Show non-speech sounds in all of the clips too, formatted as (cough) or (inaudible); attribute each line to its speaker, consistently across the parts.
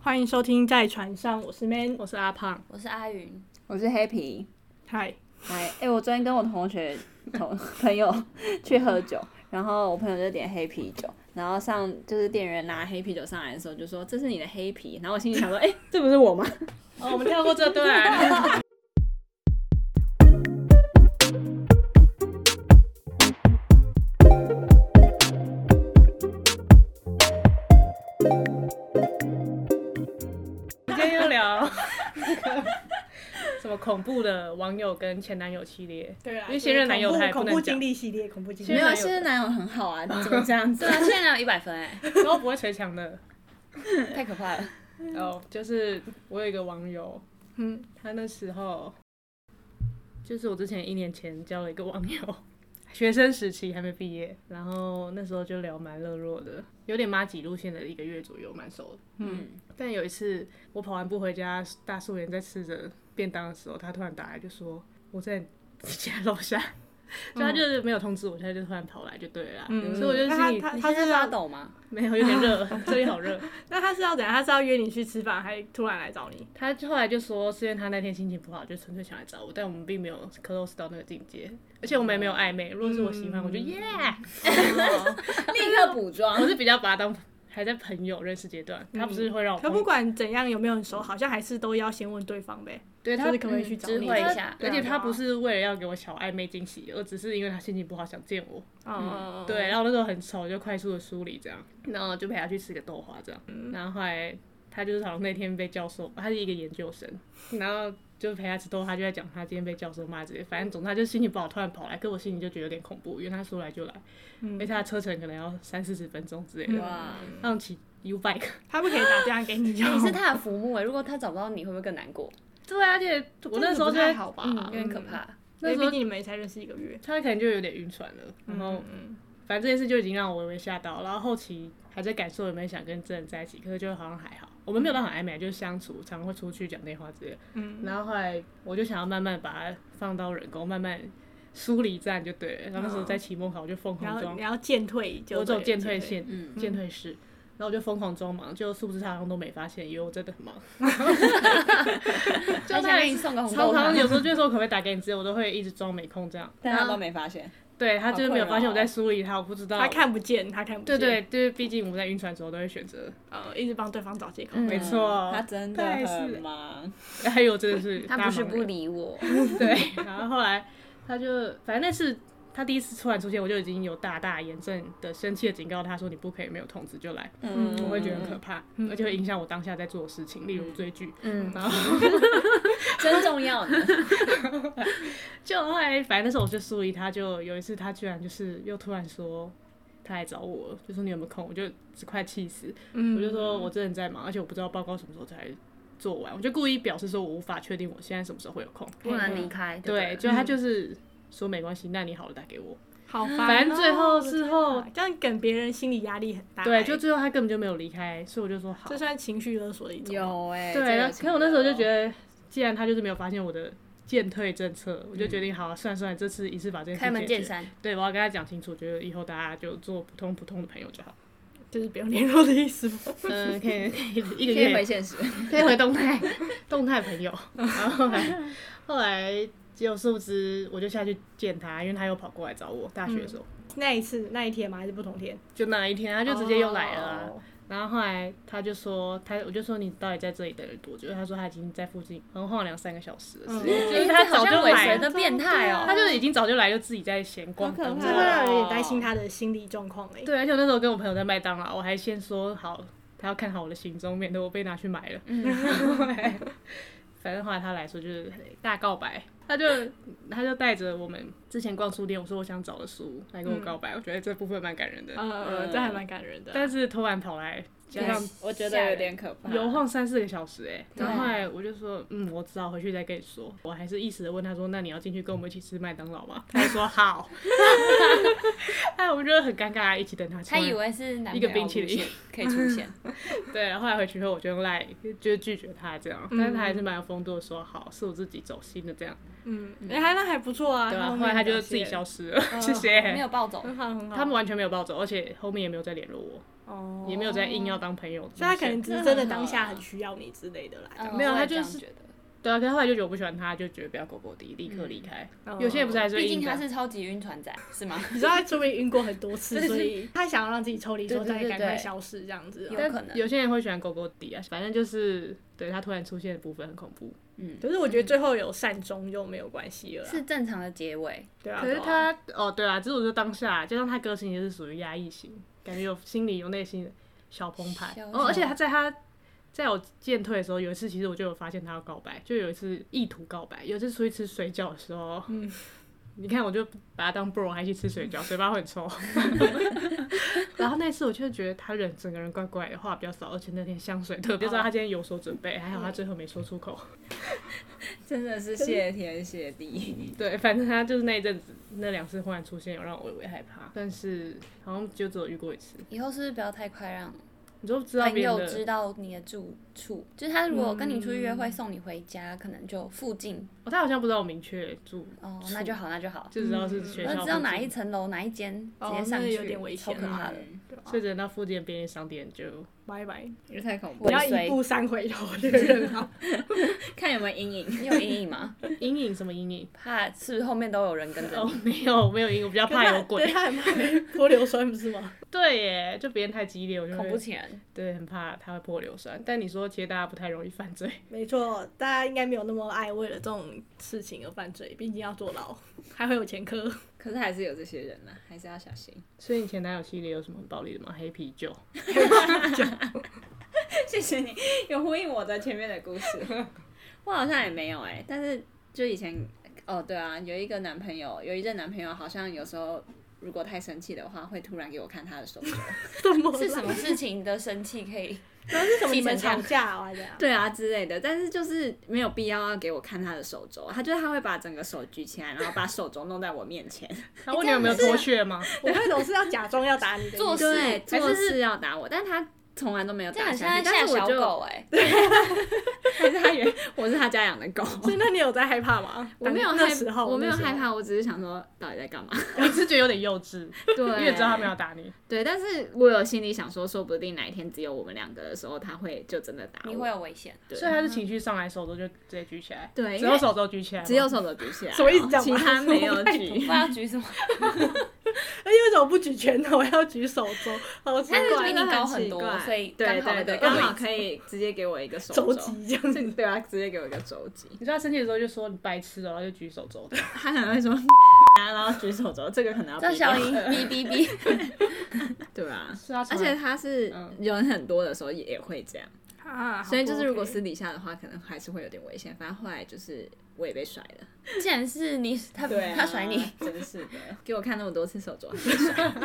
Speaker 1: 欢迎收听在船上，我是 Man，我是阿胖，
Speaker 2: 我是阿云，
Speaker 3: 我是 Happy。
Speaker 1: 嗨，
Speaker 3: 来，哎、我昨天跟我同学同朋友去喝酒，然后我朋友就点黑啤酒，然后上就是店员拿黑啤酒上来的时候就说这是你的黑啤，然后我心里想说，哎、这不是我吗？
Speaker 1: 哦，我们跳过这段。
Speaker 4: 今天要聊那个什么恐怖的网友跟前男友系列，
Speaker 1: 对啊，
Speaker 4: 因为现任男友他也
Speaker 1: 恐
Speaker 4: 不
Speaker 1: 怖恐怖
Speaker 4: 能
Speaker 1: 经
Speaker 4: 讲，
Speaker 1: 历系列，恐怖经
Speaker 4: 没
Speaker 1: 历
Speaker 3: 没
Speaker 4: 有
Speaker 3: 有，
Speaker 4: 啊
Speaker 3: 现在男友很好啊，怎么这样 (laughs) 子
Speaker 2: 对？啊，现在哪有一百分 (laughs) 哎、
Speaker 4: 然后不会捶墙的。
Speaker 2: 太可怕了。
Speaker 4: 哦，就是我有一个网友，
Speaker 1: 嗯，
Speaker 4: 他那时候就是我之前一年前交了一个网友， (laughs) 学生时期还没毕业，然后那时候就聊蛮热络的，有点妈几路线的一个月左右，蛮熟的。
Speaker 3: 嗯，
Speaker 4: 但有一次我跑完步回家，大素颜在吃着便当的时候，他突然打来就说我在你家楼下， (laughs) 就他就是没有通知我，他就突然跑来就对了啊啦，
Speaker 1: 嗯
Speaker 4: 所以我就
Speaker 1: 那
Speaker 4: 心里
Speaker 1: 他
Speaker 2: 你
Speaker 1: 他
Speaker 2: 现
Speaker 1: 是
Speaker 2: 在发
Speaker 1: 要
Speaker 3: (laughs)
Speaker 2: 抖吗？
Speaker 4: 没有有点
Speaker 1: (laughs)
Speaker 4: 热，这里好热。
Speaker 1: 那他是要怎样？他是要约你去吃饭，还突然来找你？
Speaker 4: 他后来就说是因为他那天心情不好，就纯粹想来找我，但我们并没有 close 到那个境界，而且我们也没有暧昧。如果是我喜
Speaker 1: 嗯
Speaker 4: 欢，我就耶，
Speaker 3: 立刻补妆
Speaker 4: 我。是比较把他当还在朋友认识阶段，他不是会让我
Speaker 1: 可嗯
Speaker 4: 碰
Speaker 1: 不管怎样有没有很熟，好像还是都要先问对方呗，
Speaker 4: 对
Speaker 1: 就
Speaker 4: 他
Speaker 1: 是可不可以去
Speaker 2: 嗯
Speaker 1: 找
Speaker 2: 知
Speaker 1: 你
Speaker 2: 会一
Speaker 1: 他
Speaker 2: 下
Speaker 1: 对
Speaker 4: 而
Speaker 1: 啊
Speaker 4: 且
Speaker 1: 对
Speaker 4: 他
Speaker 1: 啊
Speaker 4: 不是为了要给我小暧昧惊喜，而只是因为他心情不好想见我。
Speaker 1: 嗯，
Speaker 4: 对，啊然后那时候很丑，就快速的梳理这样，然后就陪他去吃个豆花这样。然后后来他就是好像那天被教授，他是一个研究生，然后就陪他吃豆花，就在讲他今天被教授骂这些，反正总之他就心情不好，突然跑来，可我心里就觉得有点恐怖，因为他说来就来，而且他的车程可能要三四十分钟之类
Speaker 3: 嗯
Speaker 4: 的，
Speaker 2: 哇，
Speaker 4: 那种骑 U bike。
Speaker 1: 他不可以打电话给你就好，
Speaker 2: 你是他的浮木哎、如果他找不到你，会不会更难过？
Speaker 4: 对啊，而且我那时候
Speaker 1: 这样子不太
Speaker 4: 就在，
Speaker 1: 好吧，
Speaker 2: 嗯，有点可怕。
Speaker 1: 因
Speaker 4: 那
Speaker 1: 为
Speaker 4: 时候哦
Speaker 1: 毕竟你们也才认识一个月，
Speaker 4: 他可能就有点晕船了，然后
Speaker 1: 嗯，
Speaker 4: 反正这件事就已经让我微微吓到，然后后期还在感受有没有想跟真人在一起，可是就好像还好，我们没有到很暧昧，啊就是相处，常常会出去讲电话之类的。
Speaker 1: 嗯，
Speaker 4: 然后后来我就想要慢慢把它放到人工，慢慢梳理站就对了。然后那时候在期末考，我就疯
Speaker 1: 哦然
Speaker 4: 狂
Speaker 1: 后
Speaker 4: 装
Speaker 1: 你，要渐退就对了，
Speaker 4: 我走渐退线，
Speaker 2: 嗯
Speaker 4: 渐退式。然后我就疯狂装忙，就殊不知他好像都没发现，以为我真的
Speaker 1: (laughs)
Speaker 4: 很忙。
Speaker 2: 就想给你送个红
Speaker 4: 常
Speaker 2: 包
Speaker 4: 常
Speaker 1: 啊 (laughs)
Speaker 2: 糖，
Speaker 4: 有时候就说可不可以打给你之类，我都会一直装没空这样。
Speaker 3: 但他都没发现，
Speaker 4: 对他就是没有
Speaker 3: 好困扰
Speaker 4: 发现我在梳理他，我不知道。
Speaker 1: 他看不见，他看不
Speaker 4: 对
Speaker 1: 见，
Speaker 4: 对，就是毕竟我们在晕船的时候都会选择
Speaker 1: 呃，一直帮对方找借口，
Speaker 2: 嗯
Speaker 4: 没错，
Speaker 3: 他真的
Speaker 4: 但
Speaker 3: 很
Speaker 4: 是，
Speaker 3: 忙。
Speaker 4: 还有真的是
Speaker 2: 他
Speaker 4: 大
Speaker 2: 不是
Speaker 4: 忙
Speaker 2: 不
Speaker 4: 人嗯
Speaker 2: 理我， (laughs)
Speaker 4: 对，然后后来他就反正那次他第一次突然出现，我就已经有大大严正的生气的警告他说你不可以没有通知就来，
Speaker 3: 嗯
Speaker 4: 我会觉得很可怕，而且会影响我当下在做的事情，例如追剧，
Speaker 2: 嗯，
Speaker 4: 然后
Speaker 3: 真重要呢。
Speaker 4: (laughs) 就后来，反正那时候我就疏离他，就有一次他居然就是又突然说他来找我了，就说你有没有空，我就只快气死，
Speaker 2: 嗯
Speaker 1: 嗯
Speaker 4: 我就说我真的在忙，而且我不知道报告什么时候才做完，我就故意表示说我无法确定我现在什么时候会有空，
Speaker 2: 不能离开。
Speaker 4: 对，
Speaker 2: 对不
Speaker 4: 就他就是说没关系，那你好了打给我，
Speaker 1: 好烦哦，
Speaker 4: 反正最后事后
Speaker 1: 啊这样给别人心理压力很大欸，
Speaker 4: 对，就最后他根本就没有离开，所以我就说好
Speaker 1: 这，算情绪勒索的一种。
Speaker 3: 有哎、
Speaker 4: 对，然后可我那时候就觉
Speaker 3: 得，
Speaker 4: 得，既然他就是没有发现我的渐退政策，我就决定好、啊，算了算了，这次一次把这件
Speaker 2: 对
Speaker 4: 事
Speaker 2: 开门
Speaker 4: 解
Speaker 2: 见
Speaker 4: 决
Speaker 2: 山，
Speaker 4: 对，我要跟他讲清楚，觉得以后大家就做普通普通的朋友就好。
Speaker 1: 就是不用联络的意思 (laughs) 吗？
Speaker 4: 嗯，可以可 (laughs) 以一个
Speaker 3: 可以回
Speaker 4: 月
Speaker 3: 现实。
Speaker 4: 可以回动态动态朋友。然后后来后来就殊不知，我就下去见他，因为他又跑过来找我，大学的时候。
Speaker 1: 那一次那一天吗？还是不同天？
Speaker 4: 就那一天，他就直接又来了啊、
Speaker 1: 哦
Speaker 4: 然后后来他就说，他我就说你到底在这里等了多久？他说他已经在附近横晃两三个小时了之
Speaker 2: (laughs)
Speaker 4: 类的，就是他
Speaker 2: 哎这
Speaker 4: 早
Speaker 2: 好像
Speaker 4: 就
Speaker 2: 尾
Speaker 4: 来
Speaker 2: 随
Speaker 4: 了，啊
Speaker 2: 的变态哦。
Speaker 4: 他就已经早就来，就自己在闲逛
Speaker 3: 好可
Speaker 4: 等
Speaker 3: 怕
Speaker 1: 这
Speaker 4: 我
Speaker 1: 会让人有点担
Speaker 3: 哦
Speaker 1: 心他的心理状况哎。
Speaker 4: 对，而且我那时候跟我朋友在麦当劳，我还先说好，他要看好我的行踪，免得我被拿去买了。
Speaker 2: 嗯
Speaker 4: (laughs) 反正后来他来说就是大告白，他就他就带着我们之前逛书店，我说我想找的书来跟我告白，我觉得这部分蛮感人的。
Speaker 2: 嗯
Speaker 1: 呃，这还蛮感人的。
Speaker 4: 但是突然跑来，就
Speaker 3: 对
Speaker 4: 像
Speaker 3: 我觉得有点可怕。
Speaker 4: 游晃三四个小时哎、
Speaker 3: 啊对
Speaker 4: 然后后来我就说，嗯，我只好回去再跟你说。我还是一时的问他说，那你要进去跟我们一起吃麦当劳吗？他就说好。哎，我们就很尴尬，一起等他吃
Speaker 2: 他
Speaker 4: 完。
Speaker 2: 以为是男
Speaker 4: 一个冰淇淋
Speaker 2: 朋友路线可以
Speaker 4: (laughs)
Speaker 2: 出现，
Speaker 4: 对，然后后来回去后我就用赖就是拒绝他这样，但是他还是蛮有风度的说，好，是我自己走心的这样。
Speaker 1: 嗯，哎，还那还不错啊。
Speaker 4: 对啊，
Speaker 1: 面
Speaker 4: 后来他就
Speaker 1: 表
Speaker 4: 自己
Speaker 1: 现
Speaker 4: (laughs) 消失了，谢谢。
Speaker 2: 没有暴走。
Speaker 4: (laughs)
Speaker 1: 很好很好。
Speaker 4: 他们完全没有暴走，而且后面也没有再联络我。
Speaker 1: 哦，
Speaker 4: 也没有在硬要当朋友的路
Speaker 1: 所
Speaker 4: 线。
Speaker 1: 以他可能只是真的当
Speaker 4: (laughs)
Speaker 1: 下很需要你之类的啦。
Speaker 2: 嗯
Speaker 4: 没有
Speaker 2: 我
Speaker 4: 他
Speaker 2: 也
Speaker 4: 就
Speaker 2: 这样
Speaker 4: 是
Speaker 2: 觉得
Speaker 4: 对啊，可是后来就觉得我不喜欢他，就觉得不要狗狗的，立刻离开。
Speaker 1: 嗯
Speaker 4: 有些人不是还是会
Speaker 2: 毕竟
Speaker 4: 硬
Speaker 2: 他
Speaker 4: 的啊
Speaker 2: 是超级晕船仔，是
Speaker 4: (laughs)
Speaker 2: 吗？
Speaker 1: 你知道他说不定晕过很多次
Speaker 2: 对，
Speaker 1: 所以他想要让自己抽离之后
Speaker 2: 对对
Speaker 1: 再
Speaker 2: 对
Speaker 1: 赶快
Speaker 2: 对
Speaker 1: 消失这样子
Speaker 2: 有。
Speaker 1: 但
Speaker 2: 可能
Speaker 4: 有些人会喜欢狗狗底啊，反正就是对他突然出现的部分很恐怖。
Speaker 1: 可是我觉得最后有善终就没有关系了啦。
Speaker 2: 嗯
Speaker 1: 啊
Speaker 2: 是正常的结尾，
Speaker 1: 对啊，
Speaker 4: 可是
Speaker 1: 对啊
Speaker 4: 他哦，对啊，只是我觉得当下加上他个性也是属于压抑型，感觉有心里有内心的小澎湃
Speaker 2: 小。
Speaker 4: 哦，而且他在他在我渐退的时候，有一次其实我就有发现他要告白，就有一次意图告白，有一次出去吃水饺的时候，嗯。你看，我就把他当 bro，还去吃水饺，嘴巴会很 (laughs) 臭。然后那次我就觉得他人整个人怪怪的，话比较少，而且那天香水特别，就知道他今天有所准备，还好他最后没说出口。
Speaker 3: 真的是谢天谢地。
Speaker 4: 对，反正他就是那一阵子那两次忽然出现，有让我微微害怕，但是好像就只有遇过一次。
Speaker 2: 以后是不是不要太快让
Speaker 4: 你就知道
Speaker 2: 朋
Speaker 4: 别人
Speaker 2: 友知
Speaker 4: 的，
Speaker 2: 道你的住处？就是他如果跟你出去
Speaker 4: 嗯
Speaker 2: 约会送你回家，可能就附近
Speaker 4: 哦，他好像不知道我明确住，
Speaker 2: 哦，那就好，那就好。
Speaker 4: 就知道是学
Speaker 2: 我
Speaker 4: 校，
Speaker 2: 嗯知道哪一，层楼哪一间，直
Speaker 1: 哦
Speaker 2: 接上
Speaker 1: 那
Speaker 2: 去，
Speaker 1: 有点危险
Speaker 2: 超可怕的。
Speaker 4: 所以只能到附近的便利商店
Speaker 2: (laughs)
Speaker 4: 就。
Speaker 1: 啊拜拜，
Speaker 3: 也太恐
Speaker 1: 不
Speaker 3: 怖
Speaker 2: 尾
Speaker 1: 要
Speaker 3: 了，
Speaker 2: 随
Speaker 1: 一步三回头这个人啊。
Speaker 3: 看有没有阴影。
Speaker 2: 你有阴影吗？ (laughs)
Speaker 4: 阴影什么阴影？
Speaker 2: 怕是不是后面都有人跟着
Speaker 4: 哦
Speaker 2: 你？，
Speaker 4: 没有没有阴影，我比较怕有
Speaker 1: 对
Speaker 4: 鬼。
Speaker 1: 他很怕被泼硫酸不是吗？
Speaker 4: 对耶，就别人太激烈，
Speaker 3: 哦
Speaker 4: 我就
Speaker 2: 恐怖
Speaker 4: 会
Speaker 2: 情人，
Speaker 4: 对很怕他会泼硫酸。但你说其实大家不太容易犯罪，
Speaker 1: (laughs)
Speaker 4: (laughs)
Speaker 1: 没错，大家应该没有那么爱为了这种事情而犯罪，毕竟要坐牢，还会有前科。
Speaker 3: 可是还是有这些人呢、啊还是要小心。
Speaker 4: 所以你前男友系列有什么很暴力的吗？黑啤酒，
Speaker 3: (laughs) 谢谢你有呼应我的前面的故事。 (laughs) 我好像也没有哎、但是就以前哦，对啊，有一个男朋友，有一任男朋友，好像有时候如果太生气的话，会突然给我看他的手肘。
Speaker 2: 是什么事情的生气可以？
Speaker 1: 那是什么？你们
Speaker 2: 气成这样
Speaker 1: 吵架啊？还是怎样
Speaker 3: (laughs) 对啊之类的，但是就是没有必要要给我看他的手肘，他就是他会把整个手举起来，然后把手肘弄在我面前，
Speaker 4: 他问你有没有
Speaker 2: 啊
Speaker 4: 脱屑吗？ (laughs)
Speaker 1: 我会总是要假装要打你的意思，
Speaker 2: (laughs) 做事
Speaker 3: 对，
Speaker 2: 还是
Speaker 3: 做事要打我，但他从来都没有
Speaker 2: 这样
Speaker 3: 打
Speaker 2: 很
Speaker 3: 下
Speaker 2: 像
Speaker 3: 去，
Speaker 2: 在
Speaker 3: 但
Speaker 2: 吓
Speaker 3: 是我
Speaker 2: 小
Speaker 3: 就
Speaker 2: 狗
Speaker 3: (laughs)
Speaker 2: 哎、
Speaker 3: 还是他原我是他家养的狗，
Speaker 1: (laughs) 所以那你有在害怕吗？
Speaker 3: 我没有
Speaker 1: 当
Speaker 3: 害
Speaker 1: 那时候，
Speaker 3: 我没有
Speaker 1: 那时候
Speaker 3: 害。怕，我只是想说到底在干嘛。
Speaker 4: 你是觉得有点幼
Speaker 2: (laughs)
Speaker 4: 稚，
Speaker 3: 对，
Speaker 4: 你也知道他没有打你。
Speaker 3: 对，但是我有心里想说，说不定哪一天只有我们两个的时候，他会就真的打我。
Speaker 2: 你会有
Speaker 4: (laughs)
Speaker 2: 危险。啊
Speaker 3: 对
Speaker 4: 所以他是情绪上来，手肘就直接举起来，
Speaker 3: 对
Speaker 4: 只
Speaker 3: 因为
Speaker 4: 有手肘举起来吗，
Speaker 3: 只有手肘举起来哦，
Speaker 1: 什么意思这样
Speaker 3: 其
Speaker 1: 吧 (laughs)
Speaker 3: 他没有
Speaker 2: 不
Speaker 3: 举
Speaker 2: 知。道举什么，
Speaker 1: 而且哎为什么不举拳头，要举手肘？好奇
Speaker 3: (laughs)
Speaker 2: 他是
Speaker 1: 怪
Speaker 2: 比，你高很多
Speaker 3: 奇怪
Speaker 2: 所以
Speaker 3: 对
Speaker 2: 刚好
Speaker 3: 对对，
Speaker 2: 那个
Speaker 3: 刚好可以直接给我一个手
Speaker 1: 肘
Speaker 3: 肘。
Speaker 1: 击这样子。
Speaker 3: (laughs) 对啊，直接给我一个肘
Speaker 1: (laughs)
Speaker 3: 击。
Speaker 4: 你知道他生气的时候就说你白痴哦、然后就举手肘的。
Speaker 3: 他可能会说啊， (laughs) 然后举手肘，这个可能要
Speaker 2: 叫
Speaker 3: 逼掉
Speaker 2: 小英哔哔哔，
Speaker 3: 对啊。
Speaker 4: 是啊，
Speaker 3: 而且他是
Speaker 4: 嗯
Speaker 3: 人很多的时候也也会这样，
Speaker 1: 啊，
Speaker 3: 所以就是如
Speaker 4: 哦
Speaker 3: 果私底下的话，可能还是会有点危险。反正后来就是我也被甩了。
Speaker 2: 竟然是你他
Speaker 3: 对、啊，
Speaker 2: 他甩你，，
Speaker 3: 真是的， (laughs) 给我看那么多次手镯，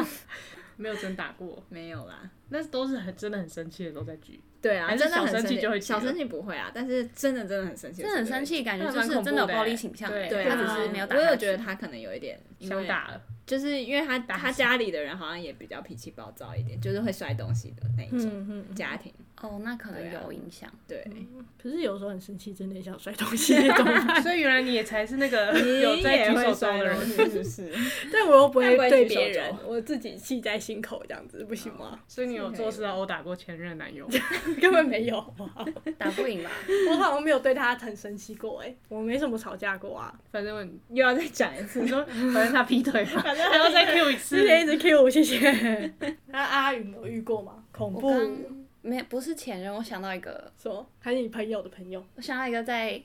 Speaker 4: (laughs) 没有真打过，
Speaker 3: 没有啦。
Speaker 4: 那都是很真的很生气的时候在举。
Speaker 3: 对啊，
Speaker 4: 还是
Speaker 3: 真的很
Speaker 4: 小生气
Speaker 3: 气
Speaker 4: 就会
Speaker 3: 小
Speaker 4: 急了
Speaker 3: 生气不会啊，但是真的真的很生气，
Speaker 2: 真的很生。气，感觉就
Speaker 4: 那蛮恐
Speaker 2: 是
Speaker 4: 怖
Speaker 2: 真的有
Speaker 4: 的
Speaker 2: 暴
Speaker 4: 欸
Speaker 2: 力倾向欸，
Speaker 4: 对
Speaker 3: 对啊，
Speaker 2: 他只是没有打
Speaker 3: 我
Speaker 2: 下
Speaker 3: 有
Speaker 2: 去
Speaker 3: 觉得他可能有一点因为
Speaker 4: 想，打了， (laughs)
Speaker 3: 就是因为他
Speaker 4: 打
Speaker 3: 他家里的人好像也比较脾气暴躁一点，就是会摔东西的那一种、
Speaker 1: 嗯嗯，
Speaker 3: 家庭。
Speaker 2: 哦，那可能
Speaker 3: 对啊
Speaker 2: 有影响。
Speaker 3: 对，
Speaker 1: 可是有时候很生气，真的很想摔东西那种。 (laughs)
Speaker 4: 所以原来你也才是那个
Speaker 3: 你
Speaker 4: 有在
Speaker 3: 也
Speaker 4: 举手
Speaker 3: 会
Speaker 4: 肘
Speaker 3: 摔
Speaker 4: 的
Speaker 3: 东
Speaker 4: 人，
Speaker 3: 西，是不是？
Speaker 1: 但我又不
Speaker 3: 那
Speaker 1: 会
Speaker 3: 不会
Speaker 1: 对
Speaker 3: 举
Speaker 1: 别
Speaker 3: 手肘
Speaker 1: 人，我自己气在心口这样子，不行吗？
Speaker 4: (laughs) 所以你有做事要殴打过前任男友。
Speaker 1: 根本没有啊，
Speaker 2: 打不赢吧？
Speaker 1: 我好像没有对他很生气过哎、我没什么吵架过啊。
Speaker 4: 反正我
Speaker 3: 又要再讲一次
Speaker 4: 你，说，反正他劈腿嘛，还要再 Q 一
Speaker 1: 之
Speaker 4: 次。
Speaker 1: 前一直 Q 我，谢谢。 (laughs) 那阿云有遇过吗？恐
Speaker 2: 我
Speaker 1: 怖
Speaker 2: 刚没不是前任，我想到一个，
Speaker 1: 什么？还是你朋友的朋友？
Speaker 2: 我想到一个在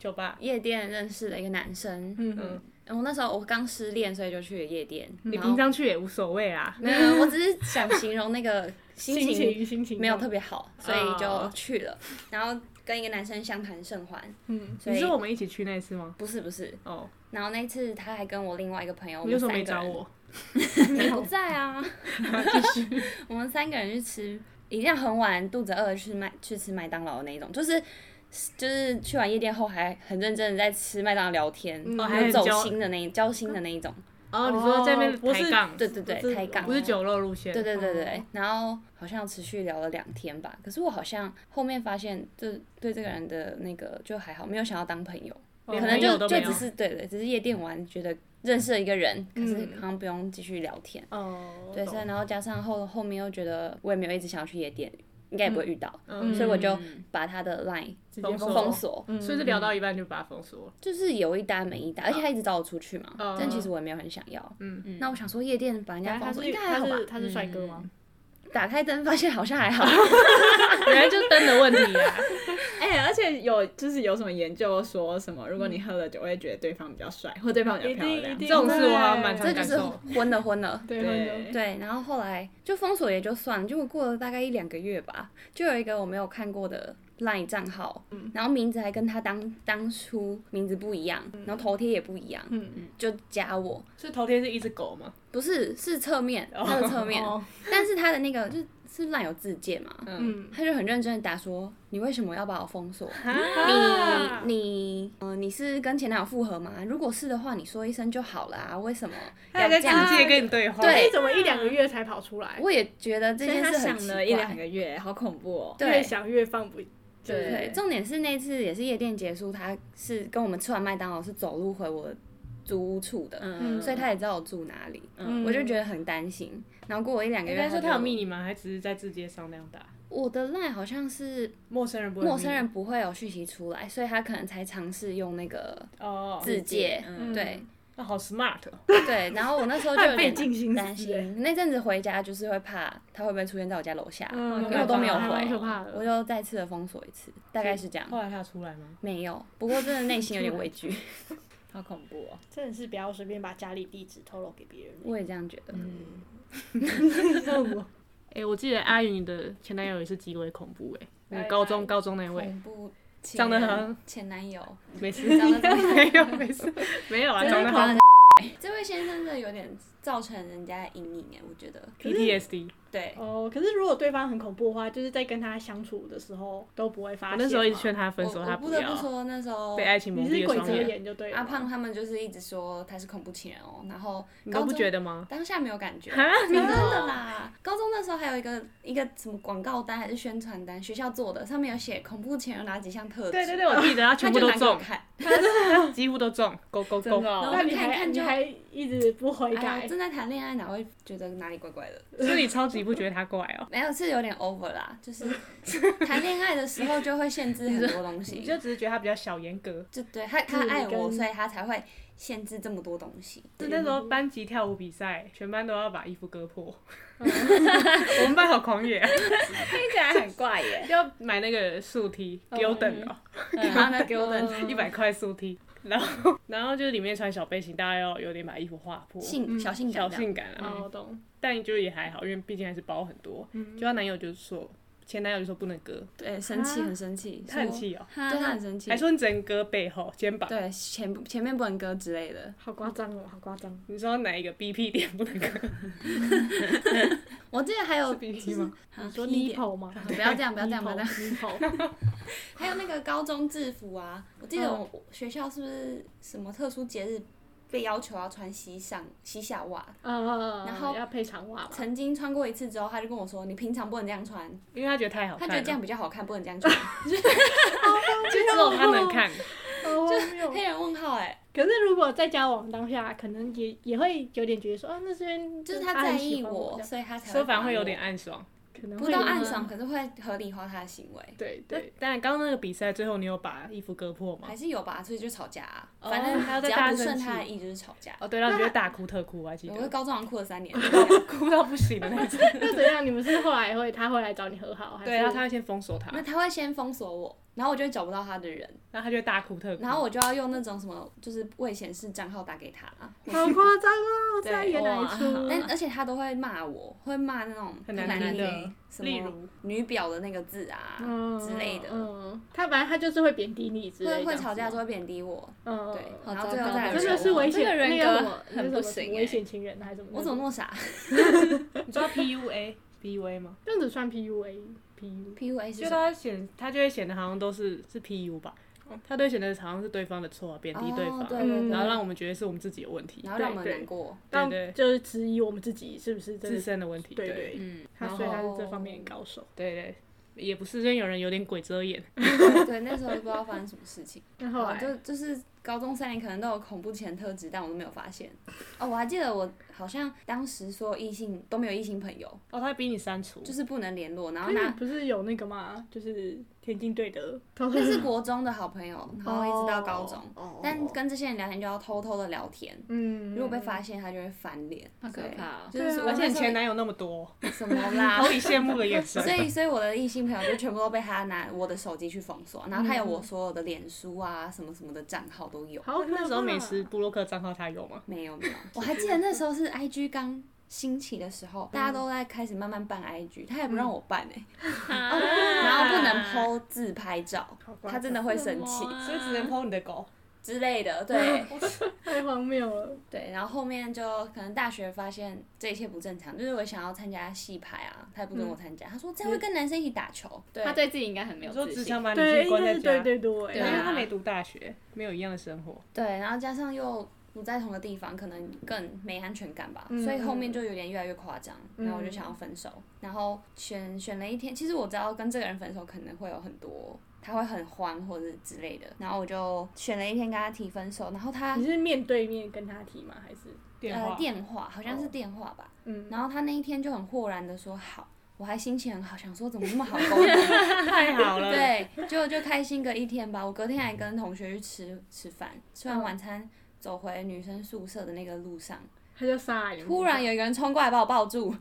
Speaker 4: 酒吧，
Speaker 2: 夜店认识的一个男生，
Speaker 1: 嗯
Speaker 4: 嗯，
Speaker 2: 然后那时候我刚失恋，所以就去了夜店。
Speaker 4: 你
Speaker 2: 然后
Speaker 4: 平常去也无所谓
Speaker 2: (laughs)
Speaker 4: 啊。
Speaker 2: 没有，我只是想形容那个心
Speaker 1: 心
Speaker 2: 情
Speaker 1: 情心情
Speaker 2: 没有
Speaker 1: 上
Speaker 2: 特别好，所以就
Speaker 4: 哦
Speaker 2: 去了。然后跟一个男生相谈甚欢，
Speaker 1: 嗯，
Speaker 2: 所
Speaker 4: 你
Speaker 2: 以
Speaker 4: 是我们一起去那次吗？
Speaker 2: 不是不是。
Speaker 4: 哦，
Speaker 2: 然后那次他还跟我另外一个朋友，我
Speaker 4: 你为
Speaker 2: 们
Speaker 4: 什么
Speaker 2: 三个
Speaker 4: 没
Speaker 2: 人
Speaker 4: 找
Speaker 2: (laughs)
Speaker 4: 我？
Speaker 2: 你不在啊。 (laughs) 我们三个人去吃，一定要很晚，肚子饿去麦去吃麦当劳的那一种，就是就是去完夜店后还很认真的在吃麦当劳聊天，
Speaker 1: 嗯
Speaker 2: 然
Speaker 4: 还
Speaker 2: 后
Speaker 4: 很
Speaker 2: 走
Speaker 4: 交
Speaker 2: 心的那一交心的那一种，
Speaker 4: 哦，你说在那边
Speaker 1: 不是
Speaker 4: 抬杠，
Speaker 2: 对对
Speaker 1: 不
Speaker 2: 对，
Speaker 1: 是
Speaker 2: 开杠
Speaker 4: 不。是酒肉路线。
Speaker 2: 对对对对，
Speaker 1: 哦
Speaker 2: 然后好像持续聊了两天哦吧。可是我好像后面发现，就对这个人的那个就还好，没有想要当朋友。
Speaker 4: 连
Speaker 2: 可能
Speaker 4: 哦朋友
Speaker 2: 就
Speaker 4: 都
Speaker 2: 就
Speaker 4: 没有
Speaker 2: 只是对对，只是夜店玩，觉得认识了一个人，可是
Speaker 1: 嗯
Speaker 2: 好像不用继续聊天。
Speaker 4: 哦，
Speaker 2: 对，所以然后加上后后面又觉得我也没有一直想要去夜店，应该也不会遇到，
Speaker 4: 嗯
Speaker 2: 所以我就把他的 Line
Speaker 4: 直接
Speaker 1: 封锁
Speaker 2: 封锁，
Speaker 1: 嗯
Speaker 4: 所以是聊到一半就把它封锁了。
Speaker 2: 就是有一搭没一搭，而且他一直找我出去嘛，
Speaker 1: 嗯
Speaker 4: 哦
Speaker 2: 但其实我也没有很想要。
Speaker 4: 嗯
Speaker 2: 那我想说夜店把人家封
Speaker 1: 啊他
Speaker 2: 锁
Speaker 1: 是
Speaker 2: 应该还好吧
Speaker 1: 他
Speaker 2: 嗯
Speaker 1: 是？嗯他是帅哥吗？
Speaker 2: 打开灯发现好像还好，
Speaker 4: 原来就是灯的问题啊！
Speaker 3: 哎、而且有就是有什么研究说什么，如果你
Speaker 2: 嗯
Speaker 3: 喝了酒会觉得对方比较帅，或对方
Speaker 1: 嗯
Speaker 3: 比较漂亮，
Speaker 4: 这种事我好像蛮
Speaker 2: (laughs) 这
Speaker 4: 常
Speaker 2: 就
Speaker 4: 感
Speaker 2: 是
Speaker 4: 受。
Speaker 2: 昏了昏了。
Speaker 1: (laughs) 对
Speaker 3: 对
Speaker 2: 对，然后后来就封锁也就算了，结果过了大概一两个月吧，就有一个我没有看过的 LINE 账号，
Speaker 1: 嗯
Speaker 2: 然后名字还跟他当当初名字不一样，然后头贴也不一样，
Speaker 1: 嗯，
Speaker 2: 就加我，
Speaker 4: (laughs) 所以头贴是一只狗嘛？
Speaker 2: 不是是侧面，他的侧面，
Speaker 1: 哦
Speaker 2: 但是他的那个就是是 LINE 有字界嘛，
Speaker 1: 嗯，
Speaker 2: 他就很认真的答说，你为什么要把我封锁？
Speaker 4: 啊
Speaker 2: 你你呃你是跟前男友复合吗？如果是的话，你说一声就好了啊，为什么
Speaker 4: 他
Speaker 2: 要
Speaker 4: 还在
Speaker 2: 这样
Speaker 4: 境
Speaker 2: 子？
Speaker 4: 界跟你 (laughs) 对话。
Speaker 2: 对
Speaker 1: 哎，怎么一两个月才跑出来？
Speaker 2: 我也觉得这
Speaker 3: 所以
Speaker 2: 件
Speaker 3: 他
Speaker 2: 事很
Speaker 3: 想
Speaker 2: 奇
Speaker 3: 了一两
Speaker 2: 怪
Speaker 3: 个月，好恐怖哦。
Speaker 2: 对
Speaker 1: 越想越放不
Speaker 2: 对，
Speaker 3: 对，
Speaker 2: 重点是那次也是夜店结束，他是跟我们吃完麦当劳是走路回我租屋处的，
Speaker 3: 嗯，
Speaker 2: 所以他也知道我住哪里，
Speaker 1: 嗯
Speaker 2: 我就觉得很担心。然后过我一两个
Speaker 4: 应
Speaker 2: 月，
Speaker 4: 该说他有
Speaker 2: 就
Speaker 4: 密你吗？还只是在字节上那样打？
Speaker 2: 我的 line 好像是
Speaker 4: 陌生人不会密
Speaker 2: 陌生人不会有讯息出来，所以他可能才尝试用那
Speaker 4: (laughs)
Speaker 2: 个
Speaker 4: 哦，
Speaker 2: 字界，
Speaker 3: 嗯
Speaker 2: 对
Speaker 4: 那好 smart 哦。
Speaker 2: 对。然后我那时候就
Speaker 1: 他
Speaker 2: 有
Speaker 1: 很费
Speaker 2: 点
Speaker 1: 尽心
Speaker 2: 担
Speaker 1: 思欸，
Speaker 2: 心，那阵子回家就是会怕他会不会出现在我家楼下，
Speaker 1: 嗯
Speaker 2: 因为我都没有
Speaker 4: 还蛮可
Speaker 2: 回，
Speaker 4: 怕的。
Speaker 2: 我就再次的封锁一次，大概是这样。
Speaker 4: 后来他有出来吗？
Speaker 2: 没有，不过真的内心有点
Speaker 4: (laughs)
Speaker 2: 畏惧。
Speaker 3: 好恐怖哦。
Speaker 1: 真的是不要随便把家里地址透露给别人。
Speaker 2: 我也这样觉
Speaker 4: 嗯
Speaker 2: 得。
Speaker 4: (laughs) 哎、我记得阿云的前男友也是极为恐怖哎、
Speaker 2: 哎
Speaker 4: 我高中高中那位，
Speaker 2: 恐怖情
Speaker 4: 长得
Speaker 2: 人
Speaker 4: 很
Speaker 2: 前男友，
Speaker 4: 没事
Speaker 2: 长得这
Speaker 4: (laughs)
Speaker 2: 么
Speaker 4: 没有没事没有啊，长得好 (laughs)
Speaker 2: 这位先生真的有点造成人家的阴影哎，我觉得
Speaker 4: PTSD。
Speaker 2: 对。
Speaker 1: 哦，可是如果对方很恐怖的话，就是在跟他相处的时候都不会发
Speaker 4: 我
Speaker 1: 现。
Speaker 4: 那时候一直劝，他
Speaker 2: 我
Speaker 4: 分手，他
Speaker 2: 我不得不
Speaker 4: 要，
Speaker 2: 说那时候
Speaker 4: 被爱情蒙
Speaker 1: 你
Speaker 4: 蔽
Speaker 1: 是
Speaker 4: 了
Speaker 1: 鬼
Speaker 4: 双
Speaker 1: 遮
Speaker 4: 眼，
Speaker 1: 眼就对了。
Speaker 2: 阿胖，他们就是一直说他是恐怖情人哦，然后
Speaker 4: 你
Speaker 2: 高
Speaker 4: 都
Speaker 2: 中
Speaker 4: 不觉得吗？
Speaker 2: 当下没有感觉，
Speaker 4: 啊
Speaker 2: (laughs)
Speaker 4: (laughs)
Speaker 2: 真的啦。高中那时候还有一个一个什么广告单还是宣传单，学校做的，上面有写恐怖情人哪几项特质，
Speaker 4: 对对对，我记得他
Speaker 2: 他
Speaker 4: 全部
Speaker 2: 就
Speaker 4: 都
Speaker 2: 拿给我
Speaker 4: 中，
Speaker 2: 看，
Speaker 4: 几乎都中，勾勾勾
Speaker 3: 真的。哦
Speaker 1: 那你
Speaker 2: 看一
Speaker 1: 还
Speaker 2: 看
Speaker 1: 你
Speaker 2: 就
Speaker 1: 还一直不悔
Speaker 2: 哎
Speaker 1: 改
Speaker 2: 呀，，正在谈恋爱哪会觉得哪里怪怪的？
Speaker 4: 所以你超级不觉得他怪
Speaker 2: (laughs)
Speaker 4: 哦、
Speaker 2: 没有，是有点 over 啦，就是
Speaker 4: (laughs)
Speaker 2: 谈恋爱的时候就会限制很多东
Speaker 4: 你
Speaker 2: 西，
Speaker 4: 就只是觉得他比较小严格。
Speaker 2: 就对他他
Speaker 1: 自己
Speaker 2: 爱我，
Speaker 1: 跟
Speaker 2: 所以他才会限制这么多东西。
Speaker 4: 是那时候班级跳舞比赛，全班都要把衣服割
Speaker 2: (laughs) 哦
Speaker 4: 破，我们班好狂野、啊，
Speaker 3: 听起来很怪耶。
Speaker 4: 要买那个竖梯丢等
Speaker 2: 嗯
Speaker 4: 哦、
Speaker 2: 然后呢，给我
Speaker 3: (laughs)
Speaker 2: 的
Speaker 4: 一百块速梯，然后 (laughs) 然后就是里面穿小背心，大家要有点把衣服划破，
Speaker 2: 性小性
Speaker 4: 嗯小
Speaker 2: 感这样，
Speaker 4: 性感啊，
Speaker 2: 嗯
Speaker 1: 哦，懂。
Speaker 4: 但就也还好，因为毕竟还是包很多。就她男友就说，前男友就说不能割，
Speaker 2: 对，生气很生气，
Speaker 4: 他很
Speaker 2: 说，
Speaker 4: 气哦，
Speaker 2: 对他很生气
Speaker 4: 还，说你只能割背后肩膀。
Speaker 2: 对前前面不能割之类的。
Speaker 1: 好夸张哦，好夸张！
Speaker 4: 你说哪一个 BP 点不能割？
Speaker 2: 我记得还有
Speaker 4: BP 吗？
Speaker 2: 啊
Speaker 1: 你说
Speaker 2: P 点
Speaker 1: nipple 吗？嗯
Speaker 2: 不要这样，不要这样，不
Speaker 1: (laughs)
Speaker 2: 要这样。 (laughs)
Speaker 1: nipple，
Speaker 2: 还有那个高中制服啊，我记得
Speaker 4: 嗯
Speaker 2: 我我学校是不是什么特殊节日被要求要穿西上西夏袜？
Speaker 1: 呃，
Speaker 2: 然后
Speaker 1: 要配长袜吧。
Speaker 2: 曾经穿过一次之后，他就跟我说：“你平常不能这样穿，
Speaker 4: 因为他觉得太好
Speaker 2: 他
Speaker 4: 看啊
Speaker 2: 觉得这样
Speaker 4: 了，
Speaker 2: 比较好看，不能这
Speaker 4: (laughs)
Speaker 2: 样穿。
Speaker 4: 就只有他能看。
Speaker 1: 哦，没”有
Speaker 2: 黑人问号哎、
Speaker 1: 可是如果在交往当下，可能也也会有点觉得说，啊，那这边
Speaker 2: 就是他在
Speaker 1: 很
Speaker 2: 意
Speaker 1: 喜欢
Speaker 2: 我，
Speaker 1: 这样
Speaker 2: 所以他才
Speaker 4: 所以反而
Speaker 2: 把
Speaker 4: 会有
Speaker 2: 我
Speaker 4: 点暗
Speaker 2: 哦
Speaker 4: 爽。
Speaker 1: 可能
Speaker 2: 不
Speaker 1: 会
Speaker 2: 到
Speaker 1: 有
Speaker 2: 暗
Speaker 1: 点
Speaker 2: 爽，。可是会合理化他的行为，
Speaker 1: 对
Speaker 4: 但
Speaker 1: 对， (laughs)
Speaker 4: 但刚刚那个比赛最后你有把衣服割破吗
Speaker 2: 还？是有吧，所以就吵架、啊。
Speaker 4: 哦
Speaker 2: 反正
Speaker 4: 还要
Speaker 2: 只
Speaker 4: 再
Speaker 2: 要
Speaker 4: 大
Speaker 2: 不
Speaker 4: 声
Speaker 2: 顺
Speaker 4: 气
Speaker 2: 他的意就是吵架。
Speaker 4: 哦，对，然后你就大哭特哭，我还记
Speaker 2: 我在
Speaker 4: 得，
Speaker 2: 高中好像哭了三
Speaker 4: (laughs)
Speaker 2: 年，
Speaker 4: 哭到不行的那种。
Speaker 1: 那怎样？你们是后来会他会来找你和好，还是
Speaker 4: 对，然后他会先封锁他，
Speaker 2: 那他会先封锁我，然后我就会找不到他的人，
Speaker 4: 然后他就会大哭特哭。
Speaker 2: 然后我就要用那种什么就是未显示账号打给他啊，
Speaker 1: 好夸张哦，
Speaker 2: 对
Speaker 1: 在演哪一
Speaker 3: 哇
Speaker 1: 出？
Speaker 2: (laughs) 但而且他都会骂我，会骂那种
Speaker 4: 很
Speaker 2: 难
Speaker 4: 难
Speaker 2: 听
Speaker 4: 听的
Speaker 2: 什
Speaker 4: 例
Speaker 2: 么
Speaker 4: 如，
Speaker 2: 女表的那个字啊
Speaker 1: 嗯
Speaker 2: 之类的，
Speaker 1: 嗯，他反正他就是会贬低你之类的，
Speaker 2: 会会吵架
Speaker 1: 这
Speaker 2: 就
Speaker 1: 样
Speaker 2: 会贬低我，
Speaker 1: 子嗯，
Speaker 2: 对，
Speaker 3: 好
Speaker 2: 然后
Speaker 3: 糟
Speaker 2: 最后
Speaker 3: 糕
Speaker 2: 再
Speaker 3: 的
Speaker 2: 来
Speaker 1: 真
Speaker 3: 人
Speaker 1: 的
Speaker 2: 找
Speaker 1: 是
Speaker 2: 我
Speaker 1: 危
Speaker 3: 这
Speaker 1: 险，
Speaker 3: 个人
Speaker 1: 那叫
Speaker 3: 格
Speaker 1: 什么
Speaker 3: 很
Speaker 1: 那叫
Speaker 3: 不
Speaker 1: 什么
Speaker 3: 行
Speaker 1: 危
Speaker 3: 欸
Speaker 1: 险情人还是什么？
Speaker 2: 我怎么那么傻
Speaker 4: 你知道 PUA PUA 吗？
Speaker 1: 这样子算 PUA？PU
Speaker 2: ？PUA
Speaker 4: 就是他显他就会显得好像都是是 PU 吧，他都会显得好像是对方的错，啊贬低对
Speaker 2: 哦
Speaker 4: 方，
Speaker 2: 对对
Speaker 1: 嗯
Speaker 4: 然后
Speaker 2: 对
Speaker 4: 让我们觉得是我们自己有问题，
Speaker 2: 然后让我
Speaker 1: 对
Speaker 2: 们
Speaker 1: 对
Speaker 2: 难过。
Speaker 4: 对
Speaker 1: 让
Speaker 4: 对，
Speaker 1: 就是质疑我们自己是不是真
Speaker 4: 自
Speaker 1: 的，
Speaker 4: 身的问题，
Speaker 1: 对
Speaker 4: 对
Speaker 1: 对，
Speaker 3: 嗯，
Speaker 1: 他
Speaker 4: 然
Speaker 1: 所以他是
Speaker 2: 后
Speaker 1: 这方面高手。
Speaker 4: 对对。也不是，因为有人有点鬼遮眼，
Speaker 2: (laughs) 对，对那时候不知道发生什么事情，
Speaker 1: 那后
Speaker 2: 哦
Speaker 1: 来
Speaker 2: 就就是高中三年可能都有恐怖前特质，但我都没有发现。哦，我还记得我好像当时说异性都没有异性朋友，
Speaker 4: 哦，他会逼你删除，
Speaker 2: 就是不能联络，然后
Speaker 1: 那
Speaker 2: 那
Speaker 1: 不是有那个吗？就是田径队
Speaker 2: (laughs)
Speaker 1: 的，
Speaker 2: 那是国中的好朋友，然后一直到高中，
Speaker 1: 哦
Speaker 2: 但跟这些人聊天就要偷偷的聊天，
Speaker 4: 嗯
Speaker 2: 如果被发现他就会翻脸，
Speaker 3: 好可怕哦
Speaker 2: 对就是
Speaker 1: 对啊
Speaker 2: 我
Speaker 4: 而且你前
Speaker 2: 男
Speaker 4: 男友那么多，
Speaker 2: 什么啦 (laughs)
Speaker 4: 好以羡慕的 (laughs) 眼神
Speaker 2: 所。以，所以我的异性朋友就全部都被他拿我的手机去封锁，然后他有我所有的脸书啊什么什么的账号都有。
Speaker 4: 好，那时候美食布洛克账号他有吗？
Speaker 2: 没有没有，我还记得那时 (laughs) 候是 IG 刚兴起的时候，大家都在开始慢慢办 IG，他也不让我办 (laughs) 哎、
Speaker 3: 啊
Speaker 2: 然后不能 PO 自拍照
Speaker 4: 好，乖
Speaker 2: 他真的会生气
Speaker 4: 所以只能 PO 你的狗。
Speaker 2: 之类的。 (laughs) 对
Speaker 1: 太荒谬了。
Speaker 2: 对，然后后面就可能大学发现这一切不正常，就是我想要参加戏排啊，他也不准我参加，他说这样会跟男生一起打球。对
Speaker 3: 他，对自己应该很没有
Speaker 4: 你说
Speaker 3: 自
Speaker 4: 只
Speaker 3: 信 (laughs)
Speaker 4: 想。把你自
Speaker 1: 对，
Speaker 4: 己
Speaker 1: 应
Speaker 4: 关
Speaker 1: 该
Speaker 4: 在
Speaker 1: 是
Speaker 4: 家
Speaker 1: 对，对对。
Speaker 4: 因
Speaker 2: 对
Speaker 4: 为
Speaker 2: 啊
Speaker 4: 他没读大学，没有一样的生活。
Speaker 2: 对，然后加上又不在同个地方，可能更没安全感吧，
Speaker 1: 嗯
Speaker 2: 所以后面就有点越来越夸张，然后我就想要分手，然后选选了一天，其实我知道跟这个人分手可能会有很多。他会很慌或者之类的，然后我就选了一天跟他提分手，然后他
Speaker 1: 你是面对面跟他提吗？还是
Speaker 4: 电
Speaker 2: 呃
Speaker 4: 话，
Speaker 2: 电话好像是电话吧，
Speaker 1: 嗯，
Speaker 2: 然后他那一天就很豁然的说好，我还心情很好，想说怎么那么好沟通，
Speaker 4: (laughs) 太好了。，
Speaker 2: 对，就就开心个一天吧。我隔天还跟同学去吃吃饭，吃完
Speaker 1: 嗯
Speaker 2: 晚餐走回女生宿舍的那个路上，
Speaker 1: 他就杀人？
Speaker 2: 突然有一个人冲过来把我抱住，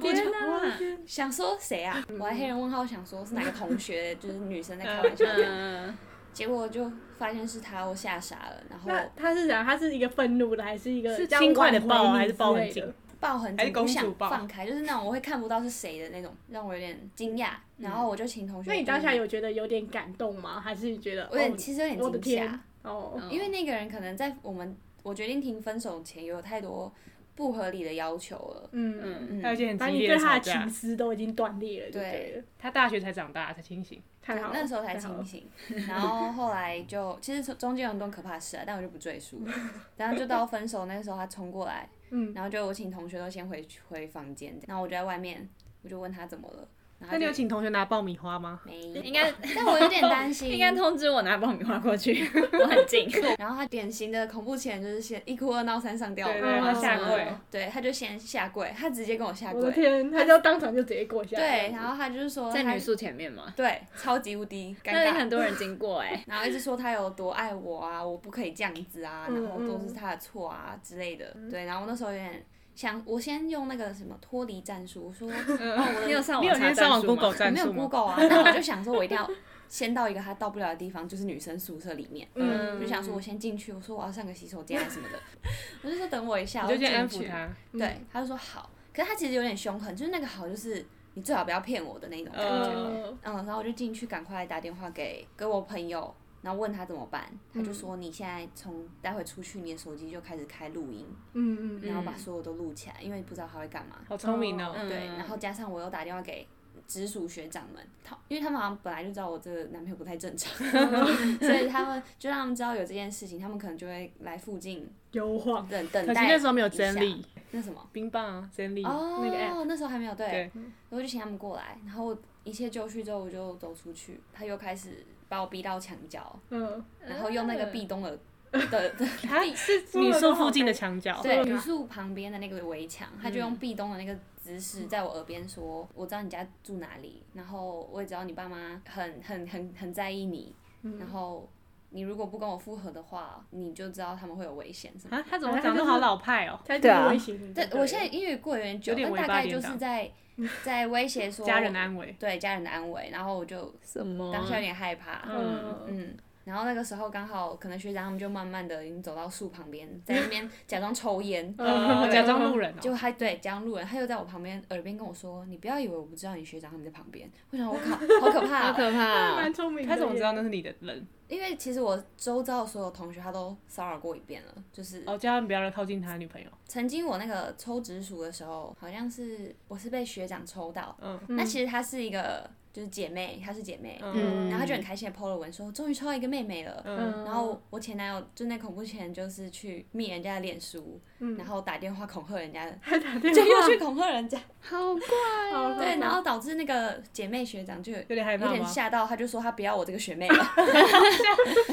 Speaker 2: 我就
Speaker 3: 哇
Speaker 2: 想说谁啊？我还黑人问号，想说是哪个同学，就是女生在开玩笑这样。
Speaker 3: 嗯，
Speaker 2: 结果就发现是他，我吓傻了，然后
Speaker 1: 那他是讲他是一个愤怒的，还是一个
Speaker 4: 是
Speaker 1: 这样
Speaker 4: 轻快的
Speaker 1: 挽回
Speaker 4: 抱
Speaker 1: 你
Speaker 4: 啊还是
Speaker 1: 之
Speaker 4: 抱很
Speaker 1: 类的
Speaker 4: 紧？还是
Speaker 2: 抱很紧，
Speaker 4: 公
Speaker 2: 不
Speaker 4: 主
Speaker 2: 想
Speaker 4: 抱
Speaker 2: 放开，就是那种我会看不到是谁的那种，让我有点惊讶。然后我就请同学，
Speaker 1: 那你当下有觉得有点感动吗？还是你觉得
Speaker 2: 我有点
Speaker 1: 哦
Speaker 2: 其实有
Speaker 1: 我的
Speaker 2: 点惊
Speaker 1: 天
Speaker 2: 吓，嗯
Speaker 1: 哦，
Speaker 2: 因为那个人可能在我们我决定提分手前有太多不合理的要求了。
Speaker 1: 嗯，
Speaker 2: 嗯，
Speaker 4: 而且很
Speaker 1: 把
Speaker 4: 激
Speaker 1: 你
Speaker 4: 烈
Speaker 1: 对
Speaker 4: 的
Speaker 1: 他
Speaker 4: 吵
Speaker 1: 的情
Speaker 4: 架。
Speaker 1: 思都已经断裂了，就对了，
Speaker 4: 他大学才长大，才清醒。
Speaker 1: 太好了，
Speaker 2: 那时候才
Speaker 1: 太好
Speaker 2: 清
Speaker 1: 了。
Speaker 2: 醒，然后后来就其实中中间有很多可怕的事啊，但我就不赘
Speaker 1: (laughs)
Speaker 2: 述了。然后就到分手那时候，他冲过来，
Speaker 1: 嗯，
Speaker 2: 然后就我请同学都先回回房间，然后我就在外面，我就问他怎么了，然
Speaker 4: 那
Speaker 2: 后他
Speaker 4: 你
Speaker 2: 就
Speaker 4: 有请同学拿爆米花吗？
Speaker 2: 没
Speaker 3: 应该
Speaker 2: 但我有点
Speaker 1: (laughs)
Speaker 2: 担心，
Speaker 3: 应该通知我拿爆米花过去，我很 (laughs) 近。
Speaker 2: 然后他典型的恐怖情人就是先一哭二闹三上吊嘛，
Speaker 4: 对对，嗯他下跪，
Speaker 2: 对他就先下跪，他直接跟我下
Speaker 1: 我的
Speaker 2: 跪，
Speaker 1: 天，他就当场就直接过下来
Speaker 2: 对，
Speaker 1: 了。
Speaker 2: 然后他就是说
Speaker 3: 在
Speaker 2: 他
Speaker 3: 女宿前面嘛，
Speaker 2: 对，超级无敌尴
Speaker 3: 那里
Speaker 2: 尬
Speaker 3: 很。多 (laughs) 人经过哎，
Speaker 2: 然后一直说他有多爱我啊，我不可以这样子啊，
Speaker 1: 嗯
Speaker 2: 然后都是他的错啊之类的。
Speaker 4: 嗯
Speaker 2: 对，然后我那时候有点想，我先用那个什么脱离战术，
Speaker 4: (laughs)
Speaker 2: 我说哦，我
Speaker 3: 嗯你有
Speaker 2: 的
Speaker 3: 上
Speaker 4: 你有
Speaker 3: 网查
Speaker 4: 先上网
Speaker 3: 战术
Speaker 4: Google
Speaker 3: 吗？
Speaker 2: 我
Speaker 4: 战
Speaker 2: 没有
Speaker 4: 术吗？
Speaker 2: Google 啊，
Speaker 4: (laughs)
Speaker 2: 但我就想说我一定要先到一个他到不了的地方，就是女生宿舍里面。
Speaker 1: 嗯
Speaker 2: 我就想说，我先进去，我说我要上个洗手间啊
Speaker 4: (laughs)
Speaker 2: 什么的，我就说等我一下，
Speaker 4: 你
Speaker 2: 我
Speaker 4: 就先
Speaker 2: 进
Speaker 4: 安
Speaker 2: 去
Speaker 4: 抚。嗯他。
Speaker 1: 嗯
Speaker 2: 对，他就说好，可是他其实有点凶狠，就是那个好就是你最好不要骗我的那种感觉。
Speaker 1: 呃，
Speaker 2: 嗯，然后我就进去，赶快打电话给给我朋友，然后问他怎么办，他就说你现在从待会出去，你的手机就开始开录音，
Speaker 1: 嗯嗯
Speaker 2: 然后把所有都录起来，因为你不知道他会干嘛。
Speaker 4: 好聪明哦！
Speaker 3: 嗯
Speaker 2: 对，然后加上我又打电话给直属学长们，他因为他们好像本来就知道我这个男朋友不太正常，所以他们就让他们知道有这件事情，他们可能就会来附近
Speaker 1: 油晃，
Speaker 2: 等等
Speaker 4: 可惜
Speaker 2: 待。
Speaker 4: 那时候没有真，理，
Speaker 2: 那什么？
Speaker 4: 冰棒啊，真理。
Speaker 2: 哦，
Speaker 1: 那个 app
Speaker 2: 那时候还没有对，
Speaker 4: 对
Speaker 2: 然后就请他们过来，然后一切就绪之后，我就走出去，他又开始把我逼到墙
Speaker 4: 啊
Speaker 2: 角，
Speaker 1: 嗯，
Speaker 2: 然后用那个
Speaker 4: (laughs)
Speaker 2: 壁咚的的的
Speaker 4: 他是女宿附近的墙角，
Speaker 2: 对
Speaker 1: 嗯
Speaker 2: 女宿旁边的那个围墙，
Speaker 4: 嗯
Speaker 2: 他就用壁咚的那个姿势在我耳边说：“我知道你家住哪里，然后我也知道你爸妈很很很很在意你，
Speaker 4: 嗯
Speaker 2: 然后你如果不跟我复合的话，你就知道他们会有危险什么。”
Speaker 4: 啊，他怎么长得好老派哦？
Speaker 1: 他就
Speaker 3: 对啊
Speaker 1: 是威胁你。
Speaker 2: 对，
Speaker 1: 不
Speaker 2: 我现在英语过得有点久，
Speaker 4: 有点
Speaker 2: 但大
Speaker 4: 尾巴
Speaker 2: 概
Speaker 4: 连
Speaker 2: 就是
Speaker 4: 党
Speaker 2: 在
Speaker 4: (laughs)
Speaker 2: 在威胁说
Speaker 4: 家人的
Speaker 2: 我
Speaker 4: 安危，
Speaker 2: 对家人的安危，然后我就
Speaker 3: 嗯什么
Speaker 2: 当下有点害怕，
Speaker 1: 嗯，
Speaker 2: 嗯，然后那个时候刚好可能学长他们就慢慢的已经走到树旁边，在那边假装抽烟，
Speaker 4: 呃，假装路人哦。
Speaker 2: 嗯就还对假装路人，他又在我旁边耳边跟我说：“你不要以为我不知道你学长他们在旁边。”我想我靠，好可怕
Speaker 3: 好
Speaker 2: 啊、
Speaker 3: 可 (laughs) 怕哦
Speaker 1: 蛮聪明的耶。
Speaker 4: 他怎么知道那是你的人？
Speaker 2: 因为其实我周遭的所有同学他都骚扰过一遍了，就是
Speaker 4: 哦，叫他们不要靠近他女朋友。
Speaker 2: 曾经我那个抽直属的时候，好像是我是被学长抽到，
Speaker 4: 嗯，
Speaker 2: 那其实他是一个就是姐妹，她是姐妹，
Speaker 4: 嗯
Speaker 2: 然后她就很开心的 po 了文说，终于抽到一个妹妹了。
Speaker 4: 嗯
Speaker 2: 然后我前男友就那恐怖前就是去密人家的脸书，
Speaker 1: 嗯
Speaker 4: 嗯
Speaker 2: 然后打电话恐吓人家，
Speaker 4: (laughs) 还打电
Speaker 2: 就又
Speaker 4: 话，
Speaker 2: 去恐吓人家，
Speaker 4: 好怪哦。
Speaker 2: 对，然后导致那个姐妹学长就有
Speaker 4: 有点害
Speaker 2: 有
Speaker 4: 怕
Speaker 2: 点
Speaker 4: 吗？
Speaker 2: 吓到，他就说他不要我这个学妹
Speaker 4: (laughs)
Speaker 2: 了。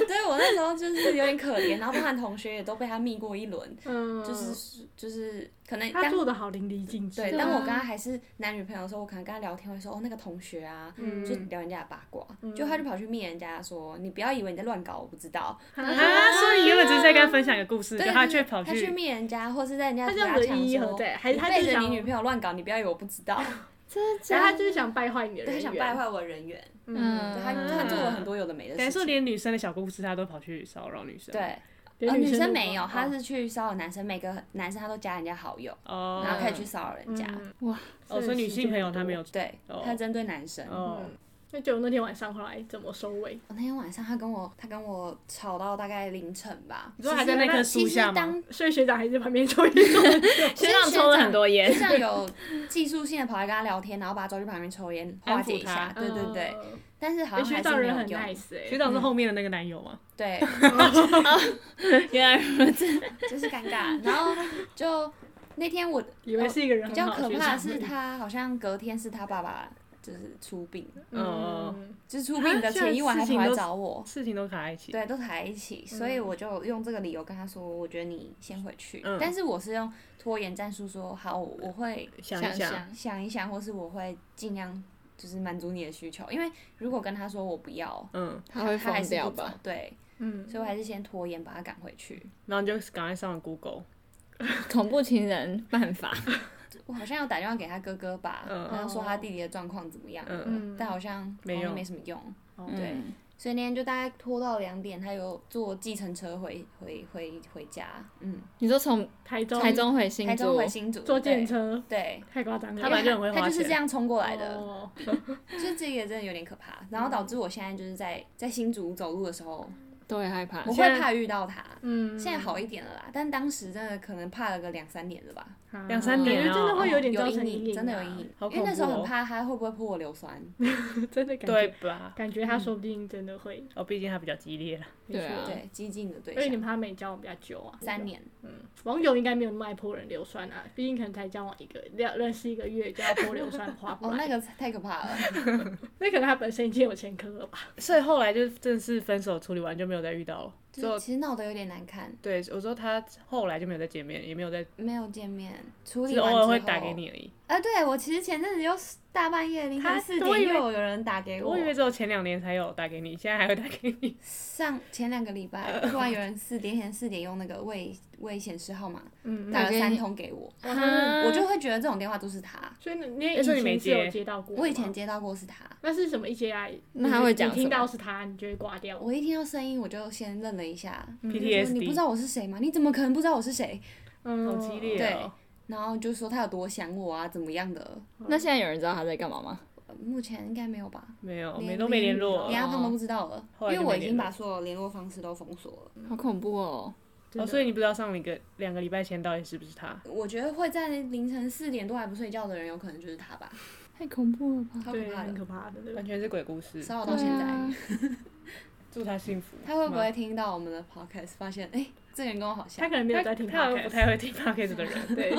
Speaker 2: 对我那时候就是有点可怜，然后包含同学也都被他密过一轮，
Speaker 4: 嗯，
Speaker 2: 就是就是可能
Speaker 4: 他
Speaker 2: 当
Speaker 4: 做的好淋漓尽致。
Speaker 2: 对，
Speaker 1: 对啊
Speaker 2: 当我跟他还是男女朋友的时候，我可能跟他聊天会说哦那个同学啊，
Speaker 4: 嗯
Speaker 2: 就聊人家的八卦，就他就跑去密人家说你不要以为你在乱搞，我不知道。
Speaker 4: 啊，所以原本只是在跟他分享一个故事，
Speaker 2: 对，
Speaker 4: 就他
Speaker 2: 对
Speaker 4: 却
Speaker 2: 对
Speaker 4: 跑
Speaker 2: 他去密人家，或是在人家
Speaker 1: 他这
Speaker 2: 家
Speaker 1: 样子的
Speaker 2: 墙
Speaker 1: 意义
Speaker 2: 说
Speaker 1: 何在还是
Speaker 2: 你
Speaker 1: 他就
Speaker 2: 背
Speaker 1: 是
Speaker 2: 着你
Speaker 1: 想
Speaker 2: 女朋友乱搞，你不要以为我不知道，
Speaker 1: 真的假的？他就是想败坏你的
Speaker 2: 对，他
Speaker 1: 人
Speaker 2: 想
Speaker 1: 缘
Speaker 2: 败坏我人缘，
Speaker 1: 嗯，
Speaker 2: 对他他做了很多有的没的
Speaker 4: 等于
Speaker 2: 事
Speaker 4: 说
Speaker 2: 情。
Speaker 4: 连女生的小故事他都跑去骚扰女生。
Speaker 2: 对，
Speaker 1: 连
Speaker 2: 呃，女
Speaker 1: 都
Speaker 2: 生没有，
Speaker 1: 哦
Speaker 2: 她是去骚扰男生，每个男生她都加人家好友，
Speaker 4: 哦，
Speaker 2: 然后可以去骚扰人家。
Speaker 1: 嗯
Speaker 4: 哦，所以女性朋友她没有
Speaker 2: 对
Speaker 4: 哦，
Speaker 2: 她针对男生。哦
Speaker 4: 哦，
Speaker 1: 那就那天晚上后来怎么收尾？
Speaker 2: 我那天晚上她跟我，她跟我吵到大概凌晨吧。
Speaker 4: 你说还在那棵树
Speaker 2: 其实
Speaker 4: 下
Speaker 1: (laughs)
Speaker 4: 吗？
Speaker 2: 当
Speaker 1: 所以学长还在旁边抽烟。
Speaker 3: 学长抽了很多烟
Speaker 2: 就，像有技术性的跑来跟她聊天，然后把她抓去旁边抽烟，
Speaker 4: 安
Speaker 2: 化
Speaker 4: 抚
Speaker 2: 解一下。
Speaker 4: 她
Speaker 2: 对对对，
Speaker 1: 嗯，
Speaker 2: 但是好
Speaker 1: 欸
Speaker 2: 像
Speaker 1: 学
Speaker 2: 还是
Speaker 1: 长
Speaker 2: 没
Speaker 1: 人
Speaker 2: 有
Speaker 1: 很
Speaker 2: 用。
Speaker 1: nice 哎、
Speaker 4: 学长是后面的那个男友吗？
Speaker 2: 对，
Speaker 3: 原来如此。
Speaker 2: (laughs) 就是尴尬。然后就那天我
Speaker 4: 以为是一个人
Speaker 2: 比
Speaker 4: 很
Speaker 2: 较
Speaker 4: 好的
Speaker 2: 可
Speaker 4: 学
Speaker 2: 怕
Speaker 4: 长
Speaker 2: 的是，她好像隔天是她爸爸就是出殡，
Speaker 4: 嗯，
Speaker 2: 就是出殡的前一晚还跑来找
Speaker 4: (laughs)
Speaker 2: 我。
Speaker 4: 哦事情都卡在一起。
Speaker 2: 对，都还一起，所以我就用这个理由跟他说，我觉得你先回去，
Speaker 4: 嗯
Speaker 2: 但是我是用拖延战术说，好，我我会
Speaker 4: 想一想，
Speaker 2: 想一想，或是我会尽量就是满足你的需求，因为如果跟他说我不要，
Speaker 4: 嗯，
Speaker 2: 他
Speaker 5: 他会
Speaker 2: 他还
Speaker 5: 疯
Speaker 2: 是
Speaker 5: 掉
Speaker 2: 不走
Speaker 5: 吧？，
Speaker 2: 对，
Speaker 1: 嗯，
Speaker 2: 所以我还是先拖延把他赶回去。
Speaker 4: 然后你就赶快上了 Google，
Speaker 3: (laughs) 恐怖情人办法，
Speaker 2: 我好像有打电话给他哥哥吧，
Speaker 4: 嗯
Speaker 2: 然后说他弟弟的状况怎么样，
Speaker 4: 嗯，
Speaker 1: 嗯，
Speaker 2: 但好像
Speaker 4: 没
Speaker 2: 好像
Speaker 4: 用
Speaker 2: 没什么用，
Speaker 3: 对，
Speaker 2: 所以那天就大概拖到两点，他有坐计程车回回回回家，嗯，
Speaker 3: 你说从
Speaker 1: 台中
Speaker 3: 台中回新
Speaker 2: 台中
Speaker 3: 竹
Speaker 2: 回，新竹
Speaker 1: 坐
Speaker 2: 对
Speaker 1: 电车
Speaker 2: 对，
Speaker 1: 太夸张了，
Speaker 4: 他本来就很会花
Speaker 2: 他就是
Speaker 4: 钱
Speaker 2: 这样冲过来的，
Speaker 1: 哦
Speaker 2: 就是这个真的有点可怕。然后导致我现在就是在在新竹走路的时候，
Speaker 3: 都会害怕
Speaker 2: 我。
Speaker 4: 现在
Speaker 2: 会怕遇到他。
Speaker 1: 嗯，
Speaker 2: 现在好一点了啦，但当时真的可能怕了个两三年了吧，
Speaker 1: 啊
Speaker 4: 两三年
Speaker 1: 感觉真的
Speaker 4: 哦
Speaker 1: 会有点
Speaker 2: 有
Speaker 1: 造成
Speaker 2: 阴
Speaker 1: 阴
Speaker 2: 影，真的
Speaker 1: 啊
Speaker 2: 有阴影，
Speaker 4: 好恐怖哦
Speaker 2: 因为那时候很怕他会不会泼我硫酸，
Speaker 1: (laughs) 真的感觉
Speaker 4: 对，吧？
Speaker 1: 感觉他说不定真的会，
Speaker 4: 哦，毕竟他比较激 (laughs) 烈了。
Speaker 3: 对啊
Speaker 2: 对，激进的对
Speaker 1: 而且你
Speaker 2: 象，
Speaker 1: 们他们也交往比较久啊，
Speaker 2: 三年，
Speaker 1: 网友应该没有那么爱泼人硫酸啊，毕竟可能才交往一个两认识一个月就要泼硫酸，划不
Speaker 2: 哦，
Speaker 1: 来。
Speaker 2: 那个太可 (laughs) 怕了，
Speaker 1: 那可能他本身已经有前科了吧？
Speaker 4: 所以后来就正式分手处理完就没有再遇到了。之
Speaker 2: 就
Speaker 4: 后
Speaker 2: 是其实闹得有点难看，
Speaker 4: 对我说他后来就没有再见面，也没有再，
Speaker 2: 没有见面，处理
Speaker 4: 是
Speaker 2: 完
Speaker 4: 偶
Speaker 2: 之后
Speaker 4: 尔会打给。你而已。
Speaker 2: 啊，对我其实前阵子又大半夜凌
Speaker 4: 他
Speaker 2: 晨四
Speaker 4: 我
Speaker 2: 点
Speaker 4: 以为
Speaker 2: 又有人打给
Speaker 4: 我以为只有前两年才有打给你，现在还会打给你。
Speaker 2: 上前两个礼拜，突然有人四点前四点用那个未未显示号码
Speaker 1: 嗯，
Speaker 2: 打了
Speaker 3: 打给你
Speaker 2: 三通给我，
Speaker 3: 哈
Speaker 2: 我就会觉得这种电话都是他。
Speaker 1: 所以你你以
Speaker 4: 但是你没
Speaker 1: 前是有
Speaker 4: 接
Speaker 1: 接到过的吗，
Speaker 2: 我以前接到过是他，
Speaker 1: 那是什么一接来，
Speaker 3: 那他会讲
Speaker 1: 你听
Speaker 3: 什么
Speaker 1: 到是他，你就会挂掉。
Speaker 2: 我一听到声音我就先愣了一下，
Speaker 4: 嗯 (laughs)
Speaker 2: 我说你不
Speaker 4: PTSD，
Speaker 2: 知道我是谁吗？你怎么可能不知道我是谁？
Speaker 1: 嗯，
Speaker 4: 好激烈哦。
Speaker 2: 然后就说他有多想我啊，怎么样的？
Speaker 3: 那现在有人知道他在干嘛吗？
Speaker 2: 呃目前应该没有吧，
Speaker 4: 没有，
Speaker 2: 连
Speaker 4: 没都没联络
Speaker 2: 连。他们都不知道了，
Speaker 4: 哦后来
Speaker 2: 因为
Speaker 4: 就
Speaker 2: 我
Speaker 4: 没
Speaker 2: 已
Speaker 4: 联
Speaker 2: 经
Speaker 4: 络
Speaker 2: 把所有联络方式都封锁了。
Speaker 3: 好恐怖哦！
Speaker 1: 真
Speaker 4: 哦，
Speaker 1: 的
Speaker 4: 所以你不知道上一个两个礼拜前到底是不是他？
Speaker 2: 我觉得会在凌晨四点多还不睡觉的人，有可能就是他吧，
Speaker 3: 太恐怖了吧！
Speaker 2: 超可
Speaker 1: 对，
Speaker 2: 怕
Speaker 1: 很
Speaker 2: 的，
Speaker 1: 可怕的，对吧
Speaker 4: 完？全是鬼故事。
Speaker 2: 骚扰到现在。
Speaker 3: 啊
Speaker 4: 祝他幸福。
Speaker 2: 他会不会听到我们的 podcast，发现哎、诶这个人跟我好
Speaker 1: 他哎
Speaker 2: 像？
Speaker 1: 可能没有
Speaker 4: 他
Speaker 1: 在听
Speaker 4: 他好像不
Speaker 1: podcast，
Speaker 4: 太
Speaker 1: (laughs)
Speaker 4: 会 (laughs) 听 podcast 的人。
Speaker 3: 对，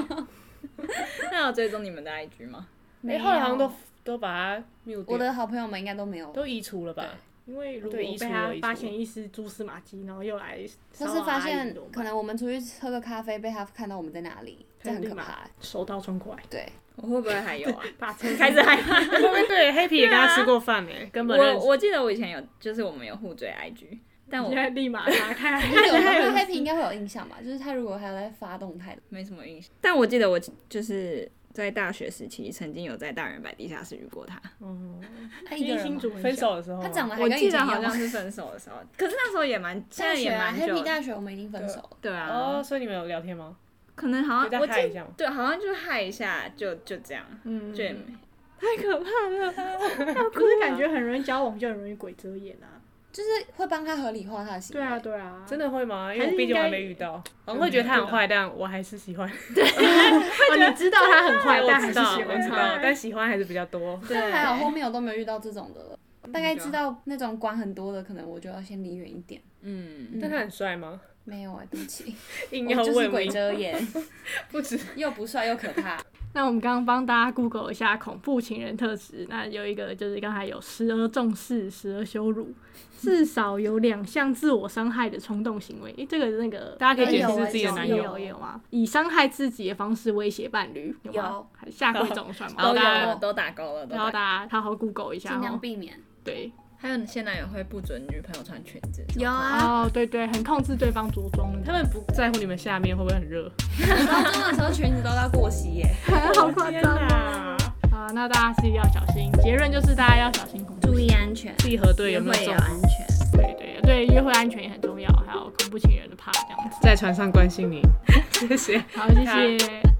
Speaker 3: 那有追踪你们的 IG 吗？
Speaker 2: 没
Speaker 4: 哎，
Speaker 2: 有
Speaker 4: 后来好像都都把他 mute 掉，
Speaker 2: 我的好朋友们应该都没有，
Speaker 4: 都移除了吧？
Speaker 1: 因为 (laughs) 如果
Speaker 4: 对
Speaker 1: 被
Speaker 4: 移除
Speaker 1: 他
Speaker 4: 了移
Speaker 1: 发
Speaker 4: 除
Speaker 1: 现一丝蛛丝马迹，然后又来骚
Speaker 2: 或
Speaker 1: 扰
Speaker 2: 是发
Speaker 1: 阿姨
Speaker 2: 现
Speaker 1: 怎么办
Speaker 2: 可能我们出去喝个咖啡，被他看到我们在哪里，
Speaker 1: 他就
Speaker 2: 这很可
Speaker 1: 立马
Speaker 2: 怕。
Speaker 1: 手刀冲过来，
Speaker 2: 对，
Speaker 3: 我会不会还有啊？
Speaker 1: 把车
Speaker 3: 开始
Speaker 2: (laughs)
Speaker 3: 害怕。
Speaker 4: 对对 (laughs) 对，Happy 也跟他吃过饭哎，根本认
Speaker 3: (laughs) 我
Speaker 4: 识。
Speaker 3: 我记得我以前有，就是我们有互追 IG，但我
Speaker 1: 现在立马打开。
Speaker 2: 而
Speaker 1: (laughs)
Speaker 2: 且我们对 Happy 应该会有印象吧？就是他如果还有在发动态，
Speaker 3: 没什么印象。但我记得我就是在大学时期曾经有在大人摆地下室遇过他，
Speaker 2: 他一
Speaker 1: 因
Speaker 2: 个
Speaker 1: 为
Speaker 2: 人
Speaker 1: 新
Speaker 2: 吗
Speaker 1: 竹很
Speaker 4: 嗯分
Speaker 1: 小，
Speaker 4: 手的时候，啊
Speaker 2: 他长得还
Speaker 3: 我
Speaker 2: 跟以
Speaker 3: 记
Speaker 2: 前
Speaker 3: 得
Speaker 2: 一样
Speaker 3: 好像
Speaker 2: 吗？
Speaker 3: 是分手的时候，可是那时候也蛮，现
Speaker 2: 大
Speaker 3: 在
Speaker 2: 学
Speaker 3: 也
Speaker 2: 啊
Speaker 3: 蛮久
Speaker 2: ，Happy
Speaker 3: 了。
Speaker 2: 大学我们已经分手了，
Speaker 3: 对啊
Speaker 4: 哦，，所以你们有聊天吗？
Speaker 3: 可能好
Speaker 4: 就
Speaker 3: 像我
Speaker 4: 再
Speaker 3: 记
Speaker 4: 嗨一下
Speaker 3: 得
Speaker 4: 吗
Speaker 3: 对，好像就嗨一下，就就这样，
Speaker 1: 嗯，
Speaker 3: 就
Speaker 1: (laughs)
Speaker 3: 也没
Speaker 1: 可是感觉很容易交往，就很容易鬼遮眼啊。
Speaker 2: 就是会帮他合理化他的行
Speaker 4: 对
Speaker 2: 为。
Speaker 4: 啊，对啊，真的会吗？因
Speaker 1: 还
Speaker 4: 为
Speaker 1: 是
Speaker 4: 我毕竟
Speaker 1: 应
Speaker 4: 我
Speaker 1: 该
Speaker 4: 没遇到，我嗯会觉得他很坏，但我还是喜欢。 (laughs)
Speaker 1: 哦，你知道他很
Speaker 4: 坏，
Speaker 1: 坏，
Speaker 4: 我
Speaker 1: 但还
Speaker 4: 知
Speaker 1: 是
Speaker 4: 道，
Speaker 1: 喜
Speaker 4: 我
Speaker 1: 欢
Speaker 4: 知
Speaker 1: 他
Speaker 4: 道，。但喜嗯欢还是比较多。
Speaker 2: 但还好后面我都没有遇到这种
Speaker 4: (laughs)
Speaker 2: 的了。大概知道那种管很多的，可能我就要先离远一点。
Speaker 3: 嗯，
Speaker 4: 但他很帅吗？
Speaker 2: 没有啊、对
Speaker 4: (laughs)
Speaker 2: 不起，
Speaker 4: 硬要
Speaker 2: 我就是
Speaker 4: 问
Speaker 2: 鬼
Speaker 4: 你，
Speaker 2: 遮眼，
Speaker 4: (laughs) 不止
Speaker 2: 又不帅又可
Speaker 4: (laughs)
Speaker 2: 怕。
Speaker 1: 那我们刚刚帮大家 Google 一下恐怖情人特质，那有一个就是刚才有时而重视，时而羞辱，至少有两项自我伤害的冲动行为。诶，这个那个
Speaker 4: 大家可以
Speaker 2: 解
Speaker 4: 解
Speaker 2: 释
Speaker 4: 释
Speaker 2: 自
Speaker 4: 自
Speaker 2: 己
Speaker 4: 己
Speaker 2: 的
Speaker 4: 的
Speaker 2: 男
Speaker 4: 男
Speaker 2: 友
Speaker 1: 有
Speaker 4: 友。
Speaker 1: 有有吗？以伤害自己的方式威胁伴侣，有吗
Speaker 2: 有？
Speaker 1: 还下跪这种算
Speaker 2: 都
Speaker 1: 吗？
Speaker 2: 有
Speaker 5: 大家都打勾了，都
Speaker 1: 然后
Speaker 5: 打勾。
Speaker 1: 大家好好 Google 一下
Speaker 2: 尽量
Speaker 1: 哦。
Speaker 2: 避免。
Speaker 1: 对，
Speaker 5: 还有你现男友会不准女朋友穿裙子，
Speaker 2: 有啊，
Speaker 1: 哦，对对，很控制对方着装的，
Speaker 4: 他们不在乎你们下面会不会很热？
Speaker 2: 高中的时候裙子都到过膝耶，
Speaker 1: 好夸
Speaker 4: 天
Speaker 1: 张啊！
Speaker 4: 哪！
Speaker 1: 好，那大家自己要小心。结论就是大家要小心恐怖
Speaker 2: 注意安全，
Speaker 4: 自己核对
Speaker 2: 约
Speaker 4: 有没
Speaker 2: 会
Speaker 4: 有
Speaker 2: 也
Speaker 4: 中
Speaker 2: 要？安全。
Speaker 1: 对对对，约会安全也很重要，还有恐怖情人的怕这样子。
Speaker 4: 在船上关心你，谢谢。
Speaker 1: 好，谢谢。